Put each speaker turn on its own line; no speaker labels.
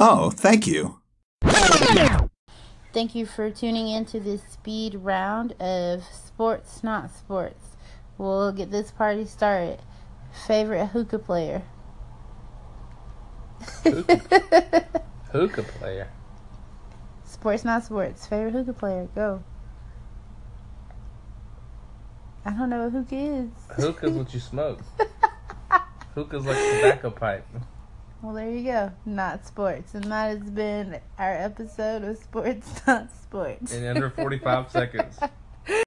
Oh, thank you.
Thank you for tuning in to this speed round of Sports Not Sports. We'll get this party started. Favorite hookah player?
Hookah, hookah player.
Sports Not Sports. Favorite hookah player? Go. I don't know what hookah is.
Hookah's what you smoke. Hookah's like tobacco pipe.
Well, there you go. Not sports. And that has been our episode of Sports Not Sports.
In under 45 seconds.